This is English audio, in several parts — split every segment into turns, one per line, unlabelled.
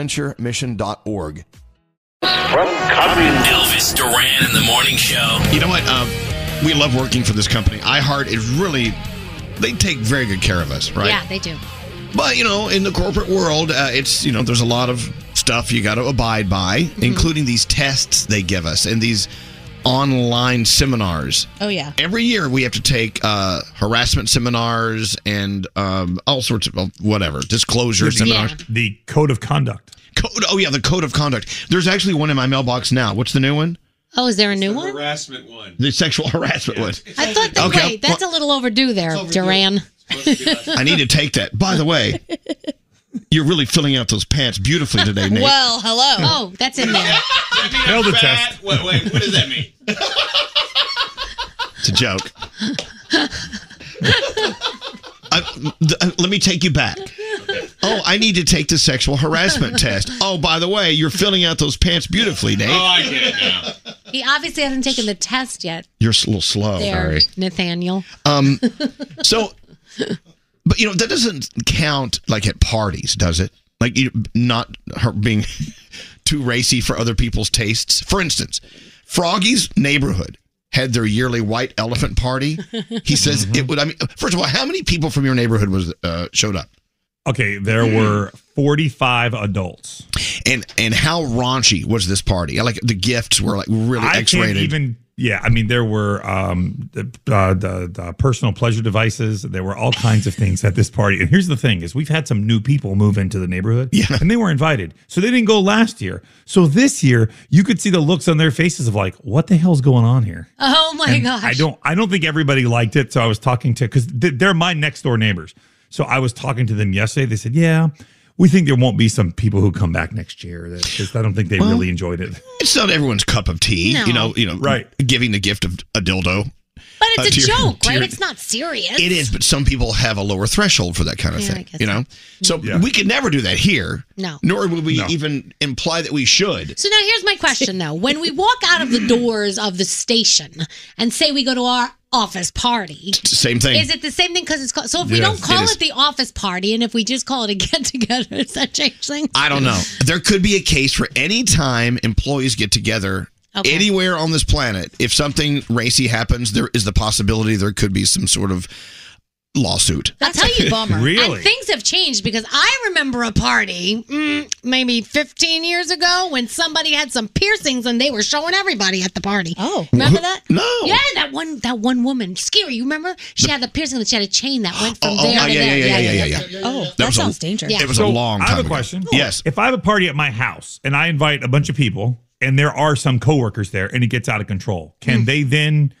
adventuremission.org.
From Elvis Duran in the morning show.
You know what? Um, we love working for this company. iHeart is really, they take very good care of us, right?
Yeah, they do.
But, you know, in the corporate world, uh, it's, you know, there's a lot of stuff you got to abide by, including these tests they give us and these online seminars.
Oh, yeah.
Every year we have to take uh, harassment seminars and um, all sorts of well, whatever disclosure
The-
seminars.
The code of conduct.
Code. Oh yeah, the code of conduct. There's actually one in my mailbox now. What's the new one?
Oh, is there a new one?
harassment one.
The sexual harassment one.
I thought that,
Okay,
wait, that's a little overdue there, Duran.
I need to take that. By the way, you're really filling out those pants beautifully today, Nate.
Well, hello.
Oh, that's in there.
Failed the test.
Wait, wait, what does that mean?
It's a joke. I, th- uh, let me take you back. Oh, I need to take the sexual harassment test. Oh, by the way, you're filling out those pants beautifully,
Oh,
Nate.
I get it now.
He obviously hasn't taken the test yet
You're s- a little slow.
there,
Oh, Sorry.
Nathaniel.
So, but you know that doesn't count like at parties, does it? Like you, not her being too racy for other people's tastes. For instance, Froggy's neighborhood had their yearly white elephant party. He says
Mm-hmm.
it would. I mean, first of all, how many people from your neighborhood was uh, showed up?
Okay, there were 45 adults.
And and how raunchy was this party? Like the gifts were like really
I
X rated.
can't even. Yeah, I mean, there were um, the, uh, the the personal pleasure devices. There were all kinds of things at this party. And here's the thing: is we've had some new people move into the neighborhood,
Yeah.
and they were invited, so they didn't go last year. So this year, you could see the looks on their faces of like, "What the hell's going on here?"
Oh my
And
gosh.
I don't. I don't think everybody liked it. So I was talking to because th- they're my next door neighbors. So I was talking to them yesterday. They said, "Yeah, we think there won't be some people who come back next year because I don't think they really enjoyed it."
It's not everyone's cup of tea.
No.
You know. You know.
Right.
Giving the gift of a dildo.
But
Uh,
it's
to
a
your-
joke,
to
right?
your-
It's not serious.
It is, but some people have a lower threshold for that kind of
Yeah, I
thing.
guess
You know, so
Yeah.
we could never do that here.
No.
nor would we
No.
even imply that we should.
So now here's my question though. When we walk out of the doors of the station and say we go to our office party,
Same thing.
is it the same thing because it's called so if we
Yes,
don't call it,
it is.
the office party and if we just call it a get together, is that changing?
I don't know. There could be a case for any time employees get together.
Okay.
Anywhere on this planet, if something racy happens, there is the possibility there could be some sort of lawsuit.
I'll tell you, bummer.
Really?
And things have changed because I remember a party mm, maybe 15 years ago when somebody had some piercings and they were showing everybody at the party. Oh, remember that?
No.
Yeah, that one. That one woman, scary. You remember? She had a piercing and she had a chain that went from
oh,
there
oh,
to
yeah,
there.
yeah, yeah, yeah, yeah, yeah.
Oh,
That was a- sounds
dangerous.
It was a long time.
I have a
ago.
question.
Yes.
If I have a party at my house and I invite a bunch of people and there are some coworkers there and it gets out of control,
Hmm.
can they then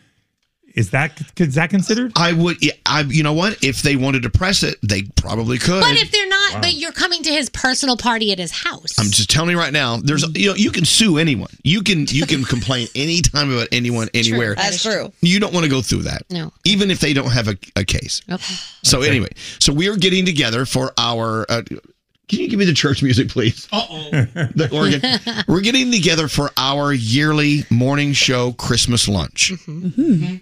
is that is that considered?
I would. yeah, I. You know what? If they wanted to press it, they probably could.
But if they're not, but you're coming to his personal party at his house.
I'm just telling you right now. There's you know you can sue anyone. You can you can complain anytime about anyone anywhere.
That's
true.
You don't want to go through that.
No.
Even if they don't have a, a case.
Okay.
So anyway, so we are getting together for our. Uh, can you give me the church music, please? Uh oh. the organ. We're getting together for our yearly morning show Christmas lunch.
Mm-hmm.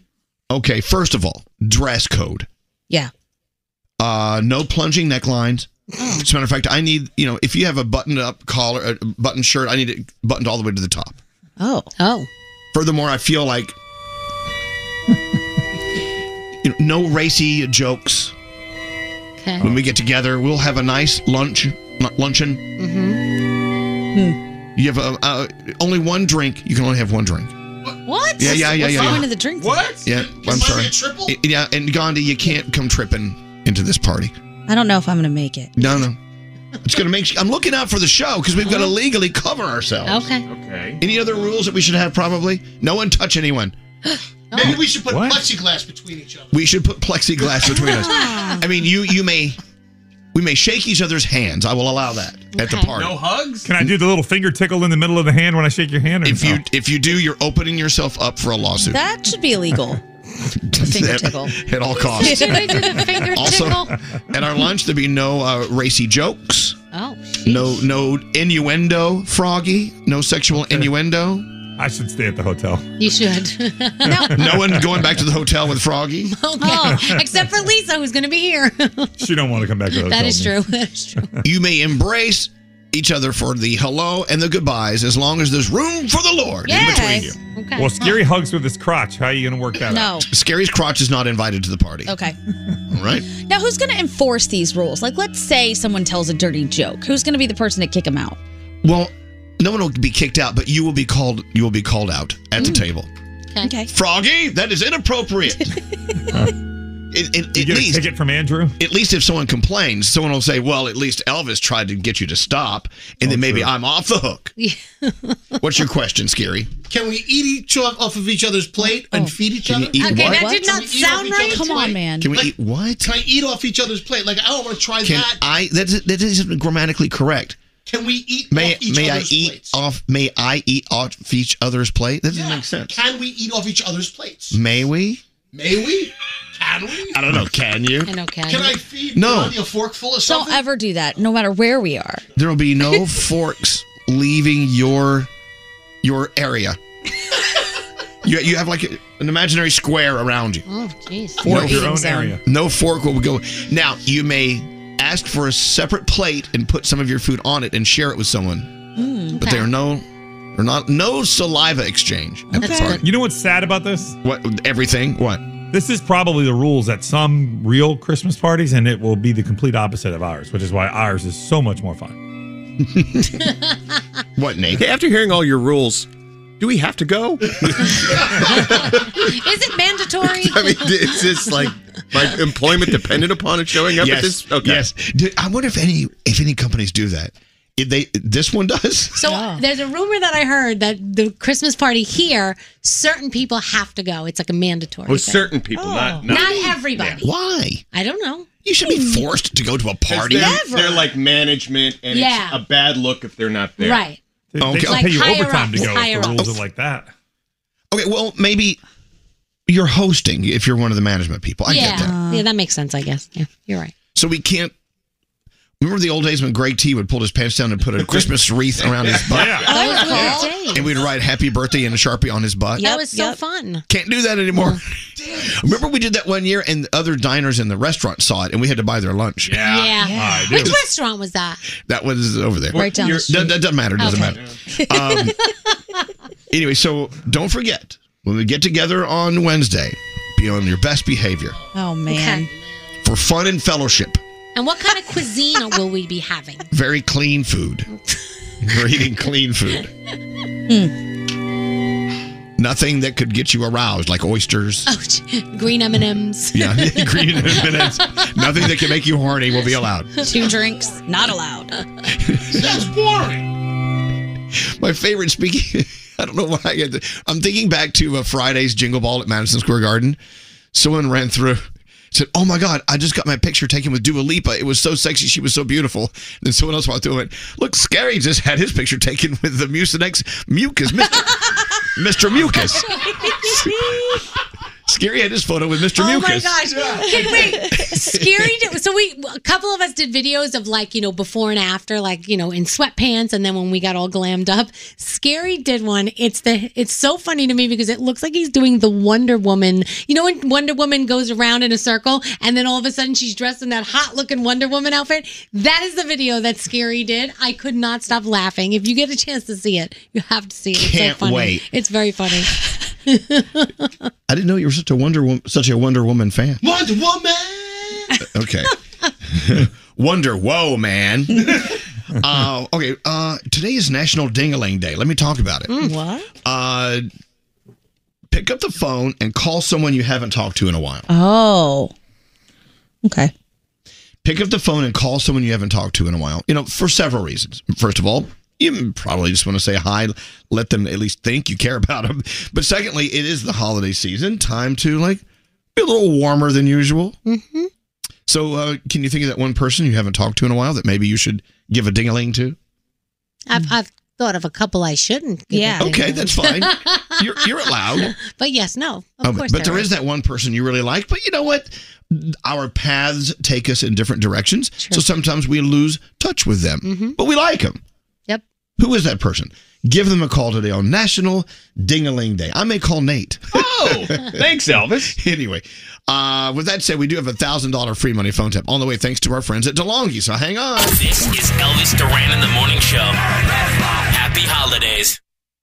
Okay. First of all, dress code.
Yeah.
Uh, no plunging necklines.
Oh.
As a matter of fact, I need you know if you have a buttoned up collar, a button shirt, I need it buttoned all the way to the top.
Oh.
Oh.
Furthermore, I feel like you know, no racy jokes.
Okay.
When we get together, we'll have a nice lunch lu- luncheon.
Mm-hmm.
You have a, uh only one drink. You can only have one drink.
What?
Yeah, yeah, yeah,
What's
yeah.
the
yeah.
point of the drink?
What?
Yeah, I'm
It's
sorry.
like a triple?
I- yeah, and Gandhi, you can't come tripping into this party.
I don't know if I'm going to make it.
No, no. It's gonna make. I'm looking out for the show because we've got to legally cover ourselves.
Okay.
Okay.
Any other rules that we should have? Probably no one touch anyone.
Maybe we should put
What?
plexiglass between each other.
We should put plexiglass between us. I mean, you you may we may shake each other's hands. I will allow that at the
Okay.
party.
No hugs?
Can I do the little finger tickle in the middle of the hand when I shake your hand? Or
If you
no?
if you do, you're opening yourself up for a lawsuit
That should be illegal. Finger
at,
tickle.
at all costs.
Should I do the finger
Also,
tickle?
at our lunch, there'll be no uh, racy jokes,
Oh.
no no innuendo, Froggy, no sexual innuendo,
I should stay at the hotel.
You should.
no one going back to the hotel with Froggy.
oh, except for Lisa, who's going to be here.
She don't want to come back to the hotel.
that is
with me.
true. That is true.
You may embrace each other for the hello and the goodbyes as long as there's room for the Lord in
Yes.
between you.
Okay.
Well, scary hugs with his crotch. How are you going to work that out?
No.
Scary's crotch is not invited to the party.
Okay.
All right.
Now, who's going to enforce these rules? Like, let's say someone tells a dirty joke. Who's going to be the person to kick him out?
Well, no one will be kicked out, but you will be called. You will be called out at
Mm.
the table.
Okay.
Froggy, that is inappropriate. It- it-
You
at
get a
least,
ticket from Andrew.
at least if someone complains, someone will say, "Well, at least Elvis tried to get you to stop," and
Oh,
then maybe I'm off the hook. What's your question, Scary?
Can we eat each off off of each other's plate and feed each
Oh. Can
other?
you eat
Okay,
what?
that did
What?
not
Can we eat off
sound
each
right.
other's
Come on,
plate?
man.
Can we eat what?
Can I eat off each other's plate? Like, I don't want to try
Can
that.
I? That that isn't grammatically correct.
Can we eat
May
off each
may I
other's
eat
plates?
off? May I eat off each other's plate? That doesn't
Yeah.
make sense. Mm.
Can we eat off each other's plates?
May we?
May we? Can we?
I don't know. Can you?
I know, Ken.
Can I feed
No.
Gandhi a forkful of
Don't
something?
ever do that, no matter where we are.
There will be no forks leaving your your area. you you have like a- an imaginary square around you.
Mm-hmm.
Oh, jeez.
No,
eating
your own
zone.
area.
No fork will go. Now you may ask for a separate plate and put some of your food on it and share it with someone.
Mm,
But there are no, there are not no saliva exchange at the
That's
party.
You know what's sad about this?
What everything? What?
This is probably the rules at some real Christmas parties, and it will be the complete opposite of ours, which is why ours is so much more fun.
What Nate?
Hey, after hearing all your rules, do we have to go?
Is it mandatory?
I mean, is this like my employment dependent upon it showing up at this?
Yes. Did- I wonder if any if any companies do that. If they this one does.
so there's a rumor that I heard that the Christmas party here, certain people have to go. It's like a mandatory.
With
thing.
certain people, not, not
Not everybody.
Why?
I don't know.
You should be forced to go to a party.
They're, they're like management, and
Yeah.
it's a bad look if they're not there.
Right.
They, they
Okay.
should
Like
pay you
higher
overtime
ups,
to go
higher
if the rules
ups.
are like that.
Okay, well, maybe you're hosting if you're one of the management people. I
yeah.
get that.
Yeah, that makes sense, I guess. Yeah, you're right.
So we can't. Remember the old days when Greg T would pull his pants down and put a Christmas wreath around his butt,
Yeah.
That was a good day.
and we'd write "Happy Birthday" in a sharpie on his butt.
That
Yep,
was so
yep.
fun.
Can't do that anymore.
Oh,
Remember we did that one year, and the other diners in the restaurant saw it, and we had to buy their lunch.
Yeah.
I do.
Which restaurant was that?
That was over there.
Right down the
You're-
street.
That, that doesn't matter. Doesn't
Okay.
matter. Um, anyway, so don't forget when we get together on Wednesday, be on your best behavior.
Oh man.
for fun and fellowship.
And what kind of cuisine will we be having?
Very clean food. We're eating clean food.
Hmm.
Nothing that could get you aroused, like oysters.
Oh, gee, green M and M's.
Yeah, green M&Ms. Nothing that can make you horny will be allowed.
Two drinks, not allowed.
That's boring.
My favorite speaking. I don't know why I get. The, I'm thinking back to a Friday's Jingle Ball at Madison Square Garden. Someone ran through. Said, "Oh my God! I just got my picture taken with Dua Lipa. It was so sexy. She was so beautiful." And then someone else walked through and went, "Look, Scary just had his picture taken with the Mucinex Mucus, Mister Mister Mucus. Scary had his photo with Mister
Oh
Mucus.
my gosh! Can, wait, scary. Did, so we a couple of us did videos of like you know before and after, like you know in sweatpants, and then when we got all glammed up, Scary did one. It's the it's so funny to me because it looks like he's doing the Wonder Woman. You know when Wonder Woman goes around in a circle, and then all of a sudden she's dressed in that hot looking Wonder Woman outfit. That is the video that Scary did. I could not stop laughing. If you get a chance to see it, you have to see it. It's
Can't
so funny.
wait.
It's very funny.
I didn't know you were such a Wonder Woman, such a Wonder Woman fan. Uh,
Wonder Woman.
Okay. Wonder, whoa, man. uh, okay, uh, today is National Dingaling Day. Let me talk about it.
What?
Uh, pick up the phone and call someone you haven't talked to in a while.
Oh. Okay.
Pick up the phone and call someone you haven't talked to in a while. You know, for several reasons. First of all, you probably just want to say hi, let them at least think you care about them. But secondly, it is the holiday season, time to like be a little warmer than usual.
Mm-hmm.
So, uh, can you think of that one person you haven't talked to in a while that maybe you should give a ding-a-ling to?
I've, I've thought of a couple I shouldn't. give
Yeah.
a
Okay,
ding-a-ling.
that's fine. You're, you're allowed.
But yes, no, of
Oh, but
course.
but there
there
is that one person you really like. But you know what? Our paths take us in different directions. So sometimes we lose touch with them,
Mm-hmm.
but we like them.
Yep.
Who is that person? Give them a call today on National Ding-a-Ling Day. I may call Nate. Oh,
thanks, Elvis.
anyway, uh, with that said, we do have a $1,000 free money phone tip on the way thanks to our friends at DeLonghi. So hang on.
This is Elvis Duran in the Morning Show. Happy holidays.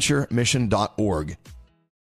stbonaventuremission.org.